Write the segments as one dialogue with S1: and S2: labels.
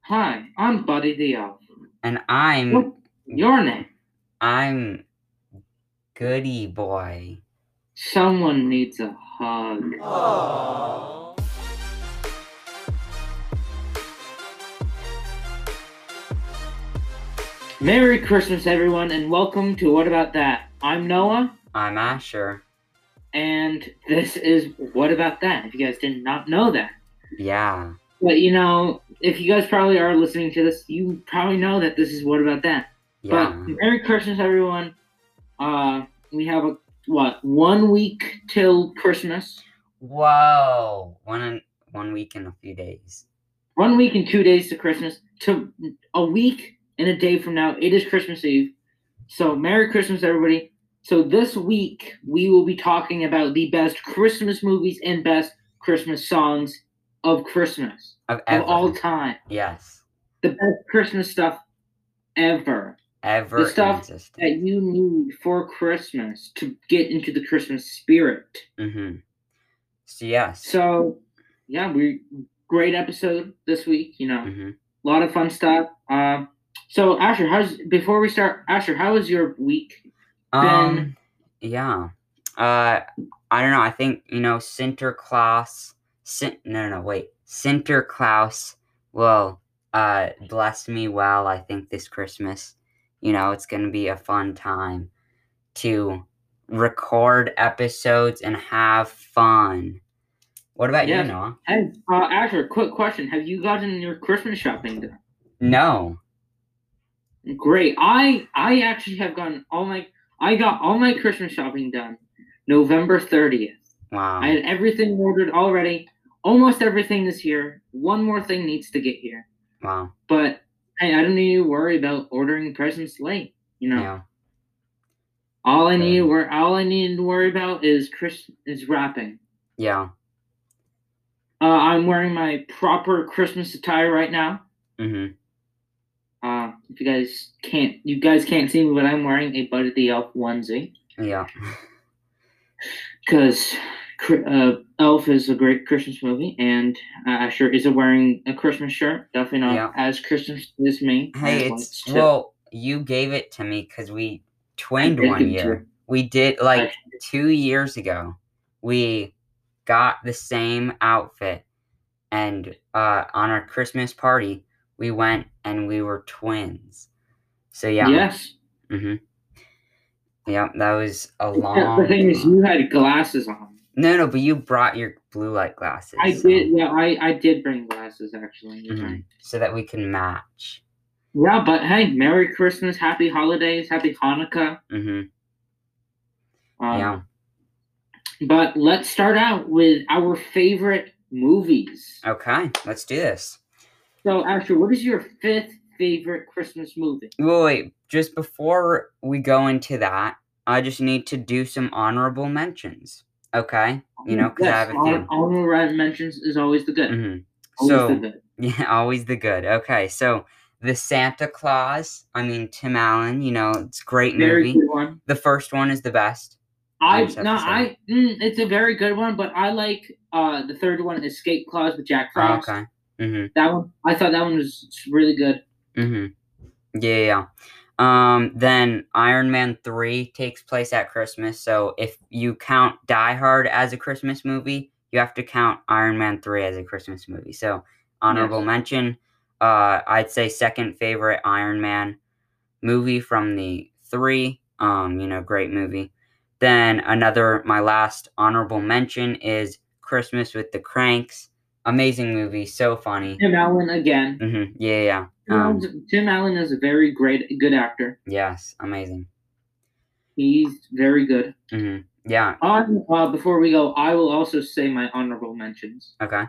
S1: Hi, I'm Buddy Dio.
S2: And I'm
S1: What- Your name.
S2: I'm Goody Boy.
S1: Someone needs a hug. Merry Christmas, everyone, and welcome to What About That. I'm Noah,
S2: I'm Asher.
S1: and this is What About That, if you guys did not know that.
S2: Yeah.
S1: But you know, if you guys probably are listening to this, you probably know that this is What About That.
S2: Yeah.
S1: But Merry Christmas, everyone. Uh, we have a, what, one week till Christmas?
S2: Whoa. One one week and a few days.
S1: one week and two days to Christmas. To a week and a day from now, it is Christmas Eve. So Merry Christmas, everybody. So this week we will be talking about the best Christmas movies and best Christmas songs of Christmas
S2: Of,
S1: of all
S2: ever.
S1: time.
S2: Yes.
S1: The best Christmas stuff ever
S2: Ever
S1: The stuff that
S2: existed.
S1: you need for Christmas to get into the Christmas spirit.
S2: Mm-hmm. So yes.
S1: So yeah, we great episode this week, you know.
S2: hmm
S1: a lot of fun stuff. Um, so Asher, how's before we start, Asher, how was your week?
S2: Um yeah. Uh I don't know, I think, you know, Sinterklaas Sin- no no no wait. Sinterklaas will uh bless me well, I think, this Christmas. You know, it's gonna be a fun time to record episodes and have fun. What about
S1: Yes.
S2: you, Noah?
S1: Hey, uh, Asher, quick question: Have you gotten your Christmas shopping done?
S2: No.
S1: Great. I I actually have gotten all my I got all my Christmas shopping done November thirtieth.
S2: Wow.
S1: I had everything ordered already. Almost everything is here. One more thing needs to get here,
S2: wow.
S1: but hey, I don't need to worry about ordering presents late. You know.
S2: Yeah.
S1: All I need
S2: Um,
S1: wor- all I need to worry about is Chris is wrapping.
S2: Yeah.
S1: Uh, I'm wearing my proper Christmas attire right now.
S2: Mm-hmm.
S1: Uh, if you guys can't, you guys can't see me, but I'm wearing a Buddy the Elf onesie
S2: Yeah.
S1: because uh, Elf is a great Christmas movie, and uh, Asher is wearing a Christmas shirt. Definitely not
S2: Yeah.
S1: as Christmas as me.
S2: Hey,
S1: I want
S2: it's
S1: to-
S2: well, you gave it to me because we twinned
S1: I did
S2: one
S1: give it to
S2: year. We did like
S1: I-
S2: two years ago. We got the same outfit, and uh, on our Christmas party, we went and we were twins. So yeah,
S1: Yes.
S2: yeah, that was a
S1: Yeah,
S2: long.
S1: the thing is, you had glasses on.
S2: no, no, but you brought your blue light glasses.
S1: I
S2: so-
S1: did. Yeah, I, I did bring glasses actually. You're
S2: Mhm.
S1: right.
S2: so that we can match.
S1: Yeah, but hey, Merry Christmas, Happy Holidays, Happy Hanukkah.
S2: hmm
S1: Um,
S2: yeah.
S1: But let's start out with our favorite movies.
S2: Okay, let's do this.
S1: So, Asher, what is your fifth favorite Christmas movie?
S2: Wait, wait, just before we go into that, I just need to do some honorable mentions. Okay?
S1: Mm,
S2: You know, because I have a
S1: hon-
S2: few.
S1: honorable right mentions is always the good.
S2: Mhm.
S1: Always the
S2: So,
S1: good.
S2: yeah, always the good. Okay, so the Santa Claus, I mean, Tim Allen, you know, it's a great
S1: Very
S2: movie.
S1: good one.
S2: The first one is the best.
S1: I
S2: just have
S1: no,
S2: to say.
S1: I mm, it's a very good one, but I like uh the third one, Escape Clause with Jack
S2: Oh,
S1: Frost.
S2: okay. Mm
S1: That one, I thought that one was really good.
S2: hmm. Mm hmm. Yeah, yeah. yeah. Um, then Iron Man 3 takes place at Christmas. So if you count Die Hard as a Christmas movie, you have to count Iron Man 3 as a Christmas movie. So honorable
S1: Yes.
S2: mention. Uh, I'd say second favorite Iron Man movie from the three. Um, you know, great movie. Then another, my last honorable mention is Christmas with the Cranks. Amazing movie, so funny.
S1: Tim Allen again.
S2: hmm Yeah, yeah.
S1: Tim,
S2: Um,
S1: Allen's, Tim Allen is a very great, good actor.
S2: Yes, amazing.
S1: He's very good.
S2: hmm Yeah.
S1: On uh, before we go, I will also say my honorable mentions.
S2: Okay.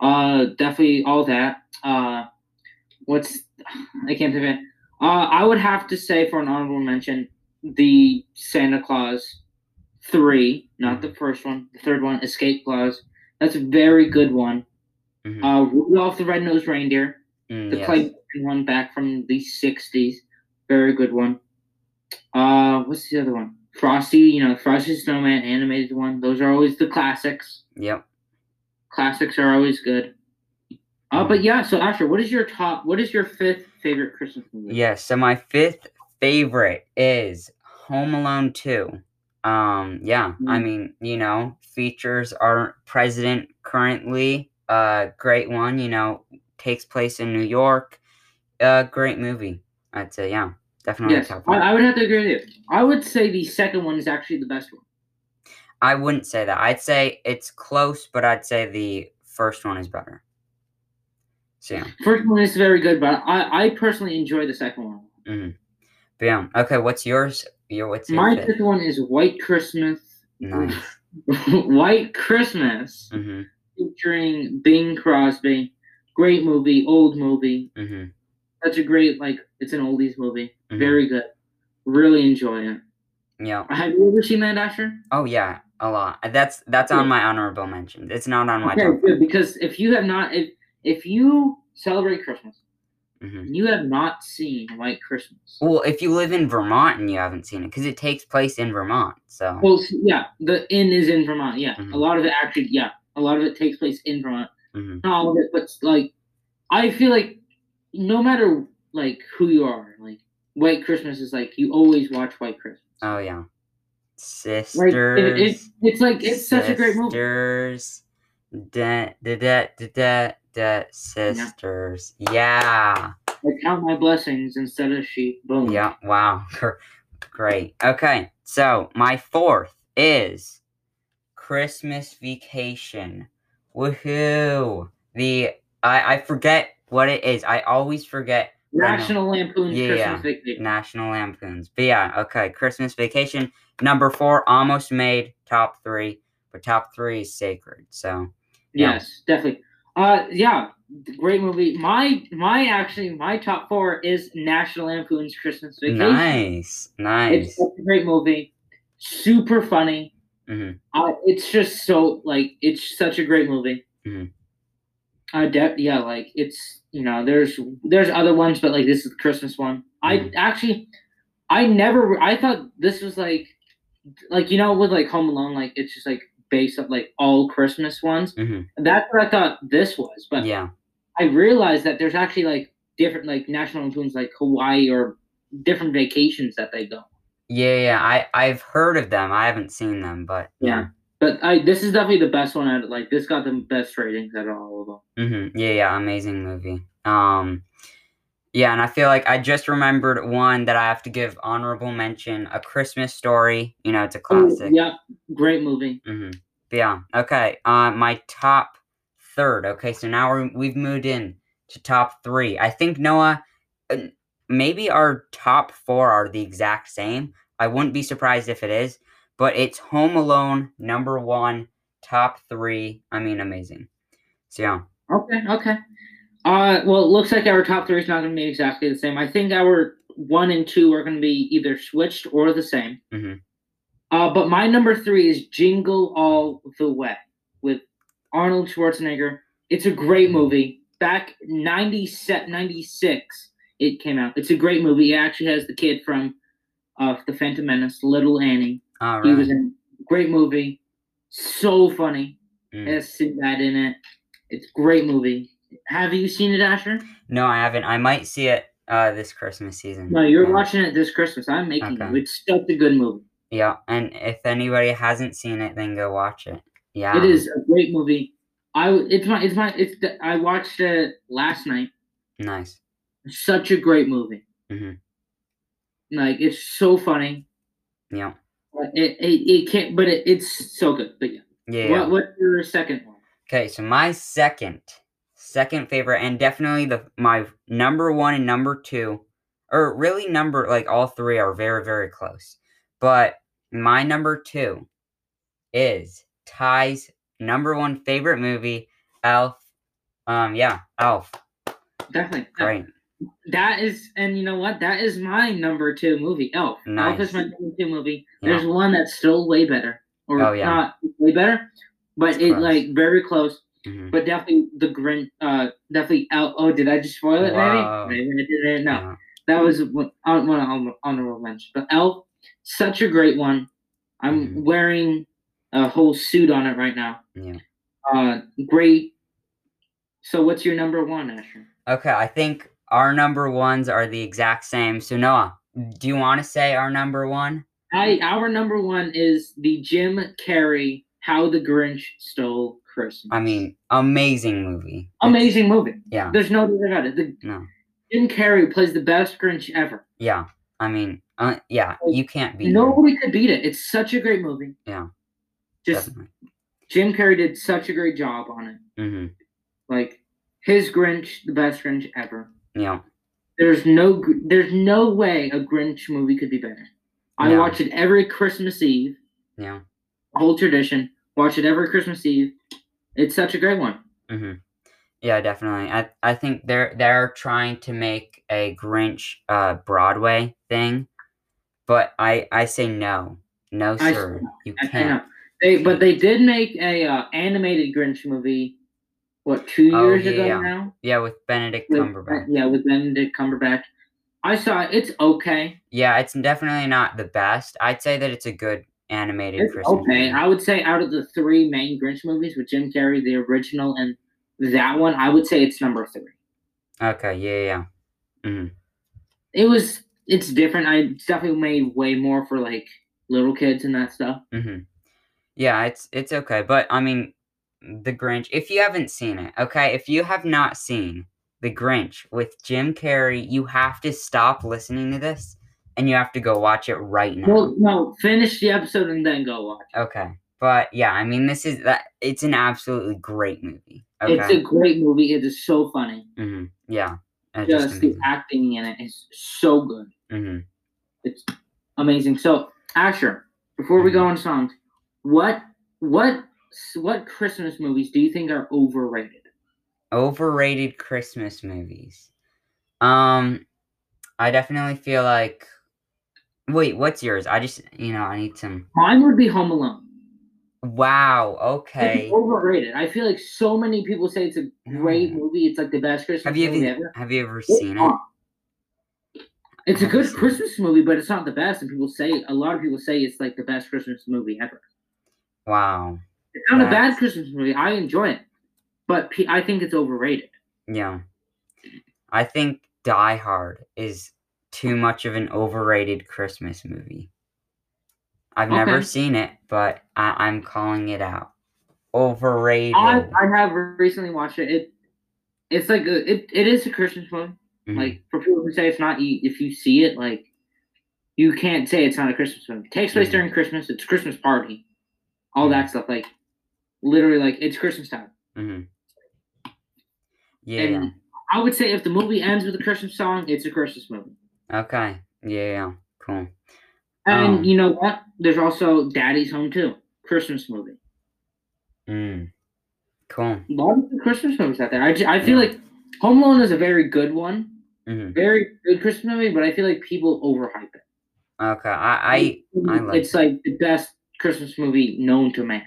S1: Uh, definitely all that. Uh, what's I can't think of it. Uh, I would have to say for an honorable mention, the Santa Claus three, not the first one, the third one, Escape Claus. That's a very good one.
S2: Mhm.
S1: Uh, Rudolph the Red-Nosed Reindeer,
S2: Mm,
S1: the
S2: yes.
S1: claymation one back from the '60s, very good one. Uh, what's the other one? Frosty, you know, Frosty the Snowman animated one. Those are always the classics.
S2: Yep.
S1: Classics are always good. Uh, but yeah, so Asher, what is your top? What is your fifth favorite Christmas movie?
S2: Yeah, so my fifth favorite is Home Alone 2. Um, yeah, I
S1: Mm.
S2: mean, you know, features our president currently. Uh, great one, you know, takes place in New York. Uh, great movie. I'd say, yeah, definitely
S1: Yes,
S2: top
S1: I,
S2: one. I,
S1: I would have to agree with you. I would say the second one is actually the best one.
S2: wouldn't say that. I'd say it's close, but I'd say the first one is better. So, yeah.
S1: First one is very good, but I, I personally enjoy the second one.
S2: Bam. Okay, what's yours? Your what's your
S1: My
S2: fifth?
S1: fifth one is White Christmas.
S2: Nice.
S1: White Christmas
S2: hmm
S1: featuring Bing Crosby. Great movie, old movie.
S2: hmm
S1: That's a great like it's an oldies movie. Very good. Really enjoy it.
S2: mm-hmm. Yeah.
S1: Have you ever seen that, Asher?
S2: Oh yeah, a lot. That's that's on my honorable mention. It's not on my
S1: Okay,
S2: top.
S1: good. Because if you have not, if if you celebrate Christmas,
S2: hmm
S1: and you have not seen White Christmas.
S2: Well, if you live in Vermont and you haven't seen it, because it takes place in Vermont, so
S1: Well, s- yeah, the inn is in Vermont. Yeah,
S2: Mhm.
S1: a lot of it actually. Yeah, a lot of it takes place in Vermont.
S2: Mhm.
S1: Not all of it, but like, I feel like no matter like who you are, like White Christmas is like you always watch White Christmas.
S2: oh yeah,
S1: Like it, it,
S2: sisters.
S1: it's like it's such a great movie.
S2: Sisters, da da da da da da. Sisters. Yeah.
S1: Like count my blessings instead of sheep. Boom.
S2: Yeah. Wow. Great. Okay. So my fourth is Christmas Vacation. Woohoo! The I I forget what it is. I always forget
S1: National Lampoon's
S2: Yeah,
S1: Christmas Vacation.
S2: National Lampoons. But yeah, okay. Christmas Vacation number four almost made top three, but top three is sacred. So Yeah.
S1: Yes, definitely. Uh, yeah, great movie. My my actually my top four is National Lampoon's Christmas Vacation.
S2: nice, nice.
S1: It's such a great movie, super funny.
S2: Mhm.
S1: Uh, it's just so like it's such a great movie.
S2: Mhm.
S1: Uh, de- yeah, like it's you know there's there's other ones, but like this is the Christmas one. I
S2: Mhm.
S1: actually I never I thought this was like like you know with like Home Alone like it's just like based up like all Christmas ones.
S2: Mhm.
S1: That's what I thought this was, but
S2: Yeah.
S1: I realized that there's actually like different like national lampoons like Hawaii or different vacations that they go.
S2: Yeah, yeah. I I've heard of them. I haven't seen them, but
S1: Yeah. But I this is definitely the best one. Out, like this got the best ratings out of all of them.
S2: Mm-hmm. Yeah, yeah, amazing movie. Um, yeah, and I feel like I just remembered one that I have to give honorable mention: A Christmas Story. You know, it's a
S1: Oh,
S2: classic.
S1: yeah, great movie.
S2: Mm-hmm. Yeah. Okay. Uh, my top third. Okay, so now we're, we've moved in to top three. I think Noah, uh, maybe our top four are the exact same. I wouldn't be surprised if it is, but it's Home Alone number one, top three. I mean, amazing. So yeah.
S1: Okay, okay. Uh, well, it looks like our top three is not going to be exactly the same. I think our one and two are going to be either switched or the same.
S2: Mhm.
S1: Uh, but my number three is Jingle All the Way with Arnold Schwarzenegger. It's a great movie. Back 97, 96, it came out. It's a great movie. It actually has the kid from uh, The Phantom Menace, Little Annie.
S2: All
S1: He was
S2: right.
S1: in great movie. So funny.
S2: Mm.
S1: It has Sinbad in it. It's a great movie. Have you seen it, Asher?
S2: No, I haven't. I might see it uh this Christmas season.
S1: No, you're
S2: yeah.
S1: watching it this Christmas. I'm making
S2: Okay.
S1: you. It's such a good movie.
S2: Yeah, and if anybody hasn't seen it, then go watch it. Yeah.
S1: It is a great movie. I w- it's my it's my it's the, I watched it last night.
S2: Nice.
S1: Such a great movie.
S2: Mhm.
S1: Like it's so funny.
S2: Yeah.
S1: Like, It it, it can't, but it, it's so good. But yeah.
S2: Yeah. yeah.
S1: What what's your second one?
S2: Okay, so my second, second favorite, and definitely the my number one and number two, or really number like all three are very very close, but my number two is Ty's number one favorite movie, Elf. Um, yeah, Elf.
S1: Definitely.
S2: Great.
S1: That is, and you know what? That is my number two movie, Elf. Elf
S2: Nice.
S1: is my number two movie.
S2: Yeah.
S1: There's one that's still way better, or
S2: Oh, yeah.
S1: not way better, but
S2: It's
S1: it
S2: close.
S1: like very close.
S2: Mhm.
S1: But definitely the Grinch. Uh, definitely Elf. Oh, did I just spoil it?
S2: Wow.
S1: Maybe. Maybe I didn't. No,
S2: Yeah.
S1: that was one on one hon- honorable mention. But Elf, such a great one. I'm
S2: Mhm.
S1: wearing a whole suit on it right now.
S2: Yeah.
S1: Uh, great, So what's your number one, Asher?
S2: Okay, I think our number ones are the exact same. So Noah, do you want to say our number one?
S1: I our number one is the Jim Carrey How the Grinch Stole Christmas.
S2: I mean, amazing movie.
S1: amazing movie.
S2: Yeah.
S1: There's no doubt about it. The,
S2: No.
S1: Jim Carrey plays the best Grinch ever.
S2: Yeah. I mean, uh, yeah. You can't beat him,
S1: Nobody could beat it. It's such a great movie.
S2: Yeah.
S1: Just
S2: definitely.
S1: Jim Carrey did such a great job on it.
S2: Mm-hmm.
S1: Like his Grinch, the best Grinch ever.
S2: Yeah.
S1: There's no gr- there's no way a Grinch movie could be better. I
S2: No.
S1: watch it every Christmas Eve.
S2: Yeah.
S1: Whole tradition. Watch it every Christmas Eve. It's such a great one.
S2: Mm-hmm. Yeah, definitely. I I think they're they're trying to make a Grinch uh Broadway thing, but I I say no, no
S1: I
S2: sir,
S1: say
S2: you
S1: I
S2: can't.
S1: know. They but they did make a uh, animated Grinch movie. What two
S2: Oh,
S1: years
S2: yeah,
S1: ago
S2: yeah.
S1: now?
S2: Yeah, with Benedict
S1: With-
S2: Cumberbatch.
S1: Yeah, with Benedict Cumberbatch. I saw it. It's okay.
S2: Yeah, it's definitely not the best. I'd say that it's a good animated
S1: It's
S2: Christmas.
S1: okay.
S2: movie.
S1: I would say out of the three main Grinch movies with Jim Carrey, the original and that one, I would say it's number three.
S2: Okay. Yeah. Yeah.
S1: It was. It's different. I it's definitely made way more for like little kids and that stuff.
S2: Mm-hmm. Yeah, it's it's okay, but I mean, The Grinch. If you haven't seen it, okay, if you have not seen The Grinch with Jim Carrey, you have to stop listening to this and you have to go watch it right now.
S1: Well, no, finish the episode and then go watch.
S2: okay, but yeah, I mean, this is that. It's an absolutely great movie. Okay.
S1: It's a great movie. It is so funny.
S2: hmm Yeah. uh, just
S1: Just the
S2: amazing.
S1: acting in it is so good.
S2: Mhm.
S1: It's amazing. So, Asher, before we go
S2: Mm-hmm.
S1: on songs, what what what Christmas movies do you think are overrated?
S2: Overrated Christmas movies. Um, I definitely feel like. Wait, what's yours? I just, you know, I need some.
S1: Mine would be Home Alone.
S2: Wow.
S1: It's
S2: Okay.
S1: overrated. I feel like so many people say it's a great
S2: Mm.
S1: movie. It's like the best Christmas
S2: Have you
S1: movie
S2: ever
S1: ever.
S2: have you ever
S1: It's
S2: seen it?
S1: not. It's a
S2: Never
S1: good
S2: seen it.
S1: Christmas movie, but it's not the best. And people say a lot of people say it's like the best Christmas movie ever.
S2: Wow.
S1: It's not a bad
S2: That's-
S1: Christmas movie. I enjoy it, but pe- I think it's overrated.
S2: Yeah. I think Die Hard is too much of an overrated Christmas movie. I've never
S1: Okay.
S2: seen it, but I, I'm calling it out. Overrated.
S1: I, I have recently watched it. It it's like a, it, it is a Christmas movie.
S2: Mhm.
S1: Like for people who say it's not, you- if you see it, like you can't say it's not a Christmas movie. It takes place
S2: Mhm.
S1: during Christmas. It's Christmas party, all
S2: Mhm.
S1: that stuff. Like literally, like it's Christmas time.
S2: Mhm. Yeah.
S1: and I would say if the movie ends with a Christmas song, it's a Christmas movie.
S2: Okay. Yeah. yeah. Cool.
S1: And
S2: Um.
S1: you know what? There's also Daddy's Home Too, Christmas movie.
S2: Mm. Cool.
S1: A lot of the Christmas movies out there. I, ju- I feel
S2: Yeah.
S1: like Home Alone is a very good one,
S2: hmm
S1: very good Christmas movie, but I feel like people overhype it.
S2: Okay. I, I I like
S1: it's like the best Christmas movie known to man.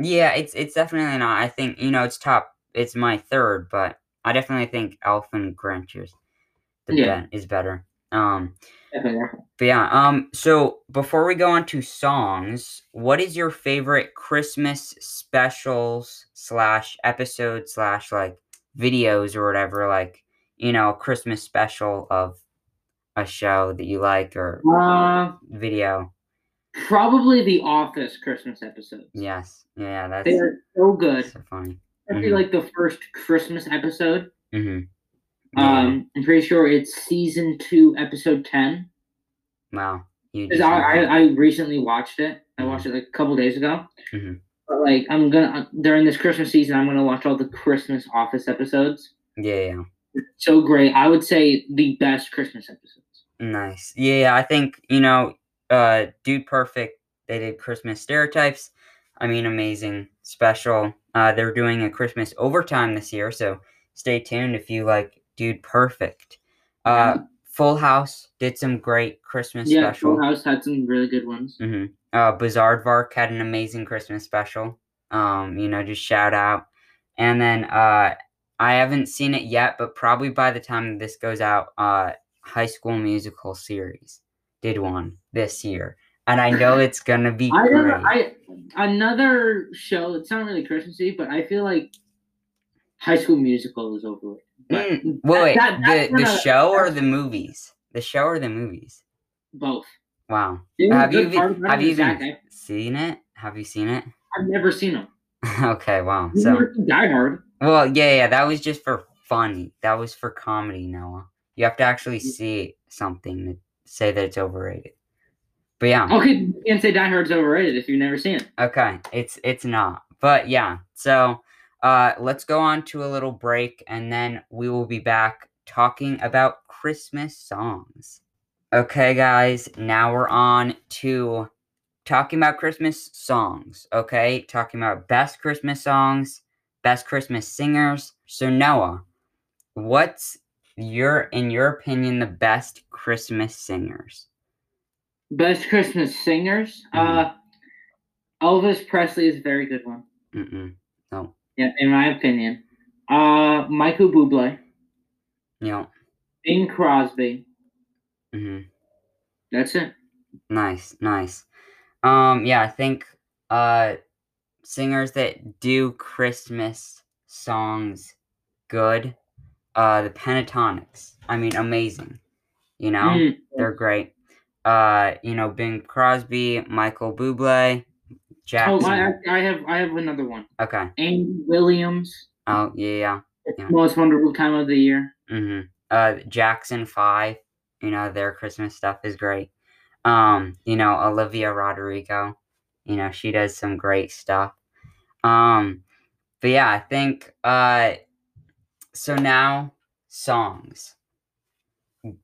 S2: Yeah, it's it's definitely not. I think you know it's top. It's my third, but I definitely think Elf and Grinch is the
S1: Yeah.
S2: be- is better. Um,
S1: Definitely.
S2: but yeah. Um, so before we go on to songs, what is your favorite Christmas specials slash episode slash like videos or whatever? Like you know, Christmas special of a show that you like or
S1: Uh,
S2: video.
S1: probably The Office Christmas episodes.
S2: Yes. Yeah, that's
S1: They're so good.
S2: so funny.
S1: Probably
S2: Mhm.
S1: like the first Christmas episode.
S2: Mm-hmm.
S1: Um, I'm pretty sure it's season two, episode ten.
S2: wow. You
S1: Because
S2: just
S1: I,
S2: know
S1: I
S2: that.
S1: I recently watched it. I watched it like a couple days ago.
S2: Mhm.
S1: But like I'm gonna uh, during this Christmas season, I'm gonna watch all the Christmas Office episodes.
S2: Yeah, yeah.
S1: So great. I would say the best Christmas episodes.
S2: Nice. Yeah, yeah, I think, you know, uh Dude Perfect, they did Christmas stereotypes. I mean amazing special. Uh they're doing a Christmas overtime this year, so stay tuned if you like Dude Perfect. Uh Full House did some great Christmas
S1: yeah,
S2: special.
S1: Full House had some really good ones.
S2: hmm Uh Bizarre Vark had an amazing Christmas special. Um, you know, just shout out. And then uh I haven't seen it yet, but probably by the time this goes out, uh High School Musical series did one this year. And I know it's gonna be
S1: I
S2: great.
S1: don't. I another show. It's not really Christmassy, but I feel like High School Musical is overrated. But
S2: Mm, wait,
S1: that-
S2: wait,
S1: that's
S2: the, the
S1: not a-
S2: show or the movies? The show or the movies?
S1: both.
S2: Wow.
S1: It was
S2: Have you
S1: good
S2: even,
S1: argument
S2: have you
S1: with Zac
S2: even
S1: Efron.
S2: seen it? Have you seen it?
S1: I've never seen him.
S2: okay, wow.
S1: You've
S2: So,
S1: never seen Die Hard.
S2: well, yeah, yeah, that was just for fun. That was for comedy, Noah. You have to actually see something to say that it's overrated. But yeah.
S1: Okay, you can't say Die Hard's overrated if you've never seen it.
S2: Okay, it's it's not. But yeah, so uh let's go on to a little break and then we will be back talking about Christmas songs. Okay, guys, now we're on to talking about Christmas songs, okay? Talking about best Christmas songs, best Christmas singers. So Noah, what's your in your opinion the best Christmas singers?
S1: Best Christmas singers. Uh, Elvis Presley is a very good one.
S2: Mm-mm.
S1: Yeah, in my opinion. Uh, Michael Bublé,
S2: You know,
S1: Bing Crosby.
S2: mm-hmm.
S1: That's it.
S2: Nice, nice. Um, yeah, I think uh singers that do Christmas songs good. Uh the pentatonics. I mean amazing. You know?
S1: Mm,
S2: They're great. Uh, you know, Bing Crosby, Michael Bublé,
S1: Oh, I,
S2: Jackson.
S1: I have I have another one.
S2: okay.
S1: Amy Williams.
S2: Oh, yeah, yeah. Yeah.
S1: Most wonderful time of the year.
S2: Mm-hmm. Uh, Jackson Five, you know their Christmas stuff is great. Um, you know Olivia Rodrigo, you know she does some great stuff. Um, but yeah, I think uh, so now songs.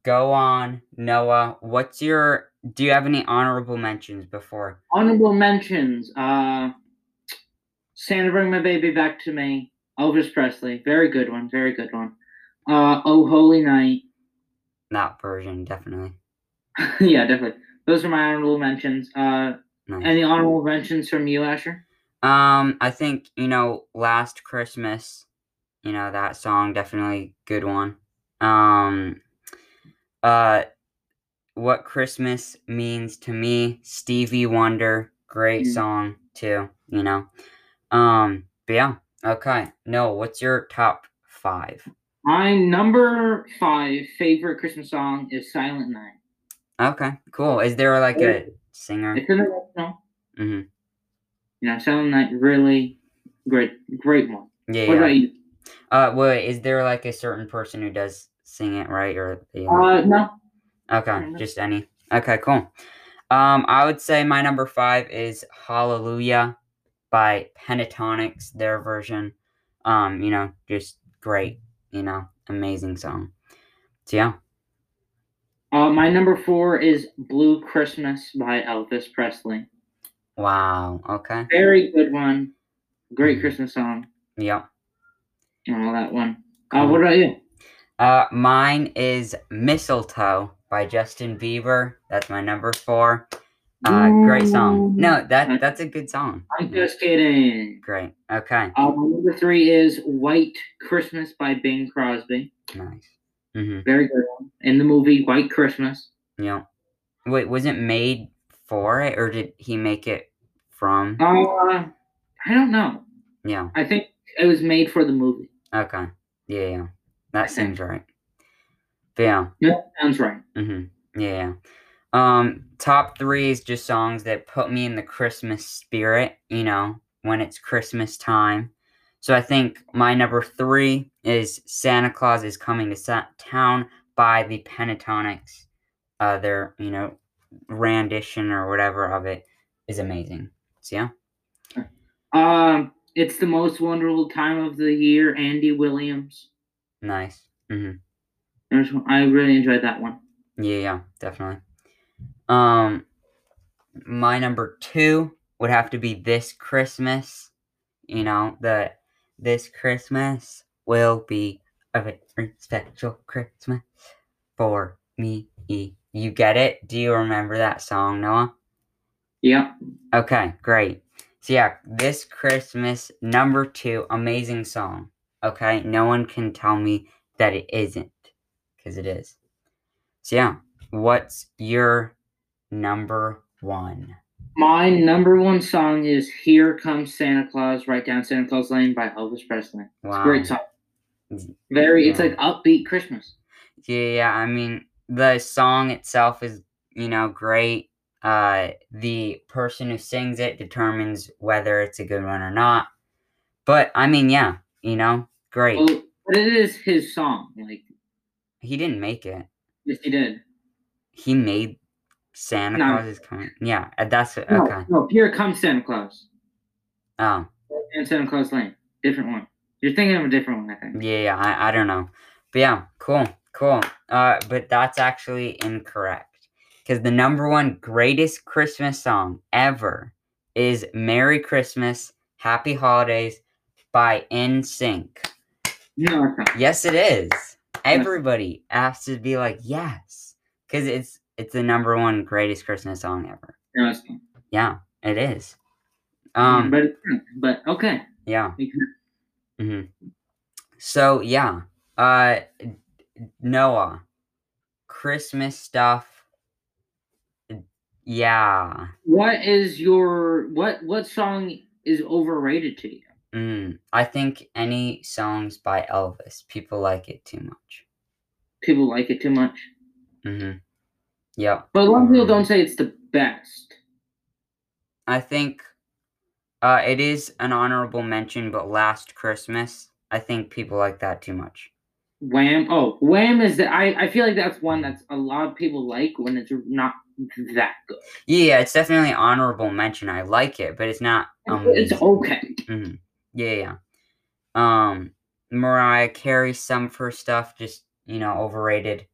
S2: Go on, Noah. What's your? Do you have any honorable mentions before?
S1: Honorable mentions. Uh, Santa Bring My Baby Back to Me. Elvis Presley. Very good one. Very good one. Uh, oh Holy Night.
S2: That version definitely.
S1: yeah, definitely. Those are my honorable mentions. Uh,
S2: Nice.
S1: any honorable mentions from you, Asher?
S2: Um, I think you know, last Christmas, you know that song definitely good one. Um, uh, what Christmas means to me, Stevie Wonder, great
S1: Mm.
S2: song too. You know, um, but yeah, okay. No, what's your top five?
S1: My number five favorite Christmas song is Silent Night.
S2: Okay, cool. Is there like a singer?
S1: It's an original.
S2: Mhm.
S1: You know, Silent Night really great, great one.
S2: Yeah.
S1: What
S2: yeah.
S1: about you?
S2: Uh, wait, is there like a certain person who does sing it right or? you know?
S1: Uh, no.
S2: Okay,
S1: Mhm.
S2: just any. Okay, cool. Um, I would say my number five is Hallelujah by Pentatonics, their version. Um, you know, just great, you know, amazing song. So yeah.
S1: Uh, my number four is Blue Christmas by Elvis Presley.
S2: Wow. Okay.
S1: Very good one. Great
S2: Mhm.
S1: Christmas song.
S2: Yep.
S1: And all that one. Uh,
S2: Cool.
S1: what about you?
S2: Uh, mine is Mistletoe by Justin Bieber. That's my number four. Uh, great song. No, that that's a good song. Mm-hmm.
S1: I'm just kidding.
S2: Great. Okay.
S1: Uh, my number three is White Christmas by Bing Crosby.
S2: Nice. Mm-hmm.
S1: Very good one. In the movie White Christmas.
S2: Yeah. Wait, was it made for it or did he make it from?
S1: Uh, I don't know.
S2: Yeah.
S1: I think it was made for the movie.
S2: Okay. Yeah, yeah. That
S1: Okay.
S2: seems right. But yeah.
S1: Sounds right.
S2: Mm-hmm. Yeah, yeah. Um, top three is just songs that put me in the Christmas spirit, you know, when it's Christmas time. So I think my number three is Santa Claus is Coming to Sa- Town by the Pentatonics. Uh, their, you know, rendition or whatever of it is amazing. So yeah.
S1: Um, it's the most wonderful time of the year. Andy Williams.
S2: Nice. Mm-hmm.
S1: There's one- I really enjoyed that one.
S2: Yeah, yeah, definitely. Um, my number two would have to be this Christmas. You know the this Christmas will be a very special Christmas for me. You get it? Do you remember that song, Noah?
S1: Yep.
S2: Okay, great. So yeah, this Christmas number two, amazing song. Okay, no one can tell me that it isn't, because it is. So yeah, what's your number one?
S1: My number one song is "Here Comes Santa Claus," right down Santa Claus Lane by Elvis Presley. It's
S2: Wow.
S1: a great song. Very, it's
S2: Yeah.
S1: like upbeat Christmas.
S2: Yeah, I mean the song itself is you know great. Uh, the person who sings it determines whether it's a good one or not. But I mean, yeah, you know, great.
S1: Well, but it is his song. Like
S2: He didn't make it.
S1: yes, he did.
S2: He made Santa
S1: No.
S2: Claus is coming. Yeah, uh, that's okay.
S1: No, no. Here comes Santa Claus.
S2: Oh,
S1: And Santa Claus Lane, different one. You're thinking of a different one, I think.
S2: yeah, yeah. I, I don't know, but yeah, cool, cool. Uh, but that's actually incorrect because the number one greatest Christmas song ever is "Merry Christmas, Happy Holidays" by NSYNC.
S1: No, it's not.
S2: Yes, it is. Everybody has to be like yes because it's it's the number one greatest Christmas song ever.
S1: No, it's not.
S2: Yeah, it is. Um,
S1: but it's not. but okay.
S2: yeah.
S1: You can-
S2: Mm-hmm. So yeah, uh, n- Noah, Christmas stuff. Yeah,
S1: What is your what what song is overrated to you?
S2: mm. I think any songs by Elvis, people like it too much.
S1: People like it too much,
S2: Mm-hmm. Yep,
S1: but a lot of people don't say it's the best.
S2: I think uh, it is an honorable mention, but Last Christmas, I think people like that too much.
S1: Wham! Oh, Wham is that I I feel like that's one that's a lot of people like when it's not that good.
S2: Yeah, it's definitely an honorable mention. I like it, but it's not.
S1: It's
S2: amazing.
S1: okay.
S2: Mm-hmm. Yeah, yeah. Um, Mariah Carey, some of her stuff just you know overrated.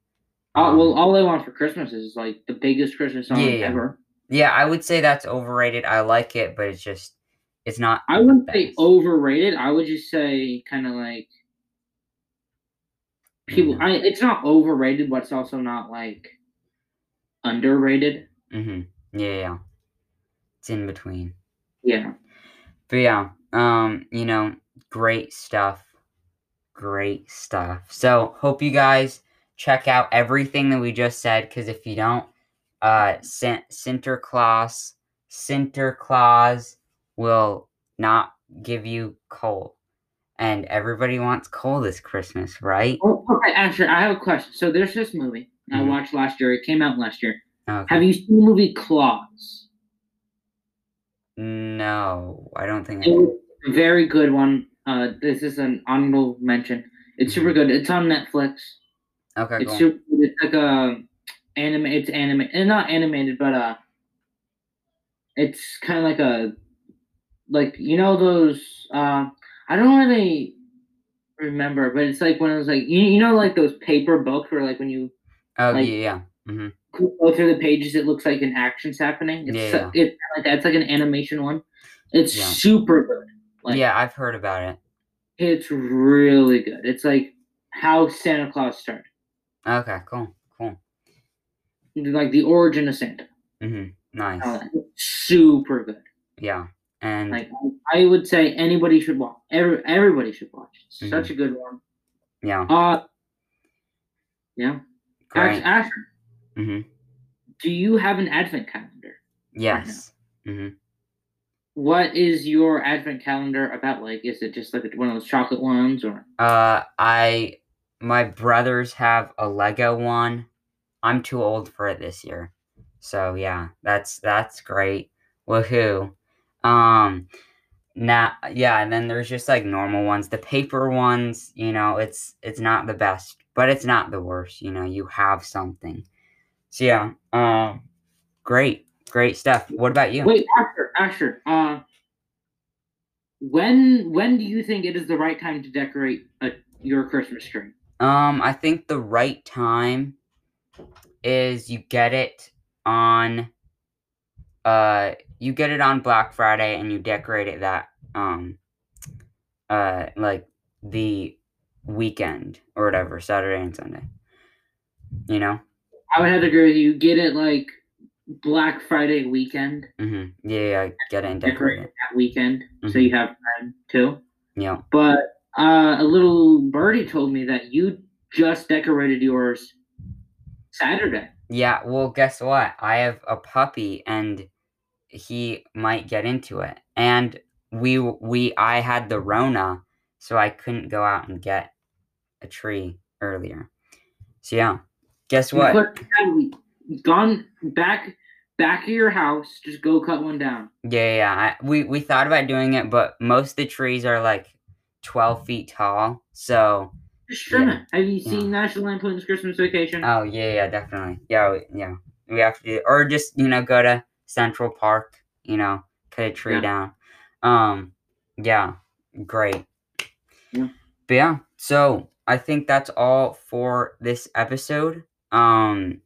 S1: All, Uh, well,
S2: Um,
S1: all I want for Christmas is like the biggest Christmas song
S2: Yeah, yeah.
S1: ever.
S2: yeah, I would say that's overrated. I like it, but it's just it's not.
S1: I
S2: the
S1: wouldn't say
S2: best,
S1: overrated. I would just say kind of like
S2: you
S1: people.
S2: know?
S1: I it's not overrated, but it's also not like underrated.
S2: Mhm. Yeah, yeah, yeah. It's in between.
S1: Yeah,
S2: But yeah, um, you know, great stuff. Great stuff. So hope you guys check out everything that we just said, because if you don't, uh Sin- Sinterklaas, Sinterklaas will not give you coal. And everybody wants coal this Christmas, right?
S1: Oh, okay, actually, I have a question. So there's this movie I
S2: Mhm.
S1: watched last year. It came out last year.
S2: Okay.
S1: Have you seen the movie Claws?
S2: no, I don't think I
S1: It was a very good one. Uh, this is an honorable mention. It's super good. It's on Netflix.
S2: Okay,
S1: It's
S2: cool.
S1: super. It's like a anime. It's anime. eh, Not animated, but uh, it's kind of like a like you know those. Uh, I don't really remember, but it's like one of those like you, you know like those paper books where like when you
S2: oh
S1: like-
S2: yeah, yeah. hmm
S1: go through the pages, it looks like an action's happening. It's
S2: Yeah,
S1: so- it's kinda like that's like an animation one. It's
S2: Yeah.
S1: super good. Like
S2: yeah, I've heard about it.
S1: it's really good. It's like how Santa Claus started,
S2: Okay, cool, cool.
S1: like the origin of Santa.
S2: hmm Nice.
S1: Uh, super good.
S2: Yeah. And
S1: Like I would say anybody should watch. Every, everybody should watch. It's Such a good one.
S2: yeah,
S1: Uh, yeah. Ash,
S2: great.
S1: Ash,
S2: hmm
S1: do you have an advent calendar?
S2: Yes. hmm
S1: What is your advent calendar about? Like, is it just like one of those chocolate ones, or
S2: Uh, I my brothers have a Lego one. I'm too old for it this year, so yeah, that's that's great. Woohoo! Um, now yeah, and then there's just like normal ones. The paper ones, you know, it's it's not the best, but it's not the worst. You know, you have something. So yeah, um, great, great stuff. What about you?
S1: Wait, Asher, Asher. Uh, when when do you think it is the right time to decorate a, your Christmas tree?
S2: Um, I think the right time is you get it on uh you get it on Black Friday and you decorate it that um uh like the weekend or whatever, Saturday and Sunday. You know?
S1: I would have to agree with you. Get it like Black Friday weekend.
S2: Mm-hmm. Yeah, yeah, get it and decorate it.
S1: that weekend, so
S2: Mhm.
S1: you have time too.
S2: Yeah.
S1: But uh, a little birdie told me that you just decorated yours Saturday.
S2: Yeah, well guess what? I have a puppy and he might get into it. And we we I had the Rona, so I couldn't go out and get a tree earlier. So yeah, guess what?
S1: But have gone back back of your house, just go cut one down.
S2: Yeah, yeah, yeah. I, we we thought about doing it, but most of the trees are like twelve feet tall. So
S1: Just trim it. Have you seen National Lampoon's Christmas Vacation?
S2: oh yeah, yeah, definitely, yeah, we, yeah. We have to do, or just you know go to Central Park, you know, cut a tree
S1: Yeah.
S2: down. Um, yeah, great.
S1: Yeah.
S2: But yeah, so I think that's all for this episode. Um,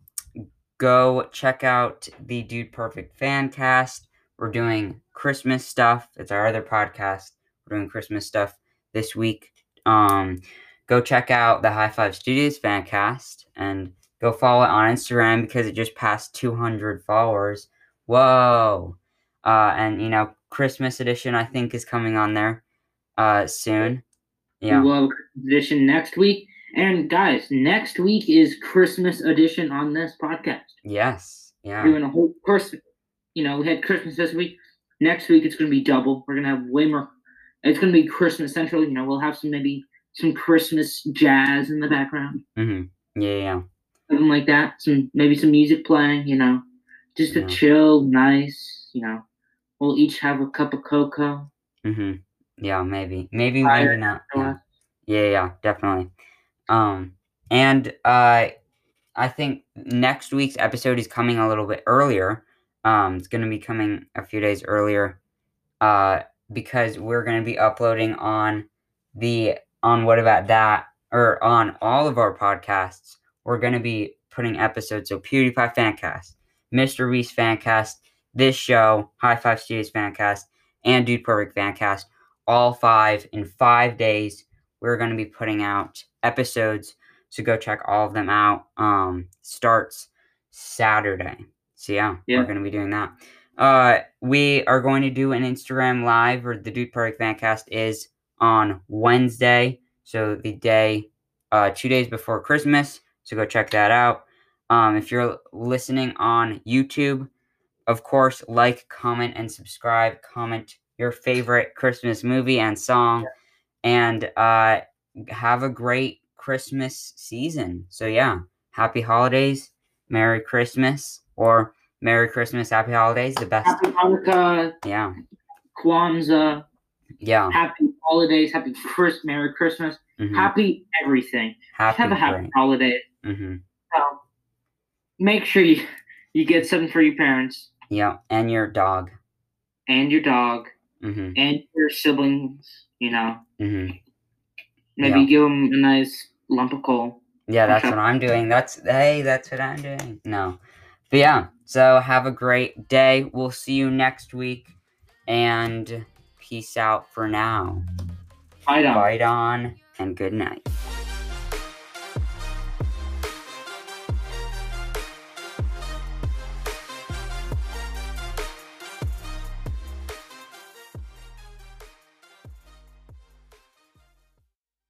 S2: go check out the Dude Perfect fan cast. We're doing Christmas stuff. It's our other podcast. We're doing Christmas stuff this week. Um, go check out the High Five Studios fan cast and go follow it on Instagram because it just passed 200 followers. Whoa! Uh, and you know, Christmas edition I think is coming on there uh soon. Yeah.
S1: We'll have Christmas edition next week. And guys, next week is Christmas edition on this podcast.
S2: Yes. Yeah.
S1: Doing a whole Christmas. You know, we had Christmas this week. Next week it's going to be double. We're going to have way more. It's going to be Christmas central. You know, we'll have some maybe some Christmas jazz in the background.
S2: Mm-hmm. Yeah, yeah.
S1: something like that. Some maybe some music playing, you know, just
S2: Yeah.
S1: a chill, nice, you know. We'll each have a cup of cocoa.
S2: Mm-hmm. Yeah, maybe. Maybe
S1: Fire
S2: maybe not. Yeah.
S1: door.
S2: yeah, yeah, definitely. Um and uh I think next week's episode is coming a little bit earlier. Um it's gonna be coming a few days earlier. Uh because we're gonna be uploading on the on what about that or on all of our podcasts, we're gonna be putting episodes so PewDiePie Fancast, Mr. Reese Fancast, this show, High Five Studios Fancast, and Dude Perfect Fancast, all five in five days. We're going to be putting out episodes, so go check all of them out. Um, starts Saturday, so yeah,
S1: Yeah.
S2: we're going to be doing that. Uh, we are going to do an Instagram live, or the Dude Perfect Fancast is on Wednesday, so the day, uh, two days before Christmas. So go check that out. Um, if you're listening on YouTube, of course, like, comment, and subscribe. Comment your favorite Christmas movie and song, and uh, have a great Christmas season. So yeah, happy holidays, Merry Christmas, or Merry Christmas, Happy Holidays. The best.
S1: Happy Hanukkah,
S2: Yeah,
S1: Kwanzaa,
S2: yeah.
S1: happy holidays, happy Christmas, Merry Christmas,
S2: mhm,
S1: happy everything. Just
S2: Happy.
S1: have a happy
S2: great.
S1: holiday.
S2: hmm
S1: So make sure you, you get something for your parents
S2: Yeah, and your dog.
S1: and your dog
S2: hmm
S1: and your siblings, you know.
S2: hmm
S1: Maybe
S2: Yeah.
S1: give them a nice lump of coal.
S2: Yeah, that's
S1: Okay.
S2: what I'm doing. That's hey, that's what I'm doing. No. But yeah, so have a great day. We'll see you next week and peace out for now.
S1: Bye, dog.
S2: Fight on and good night.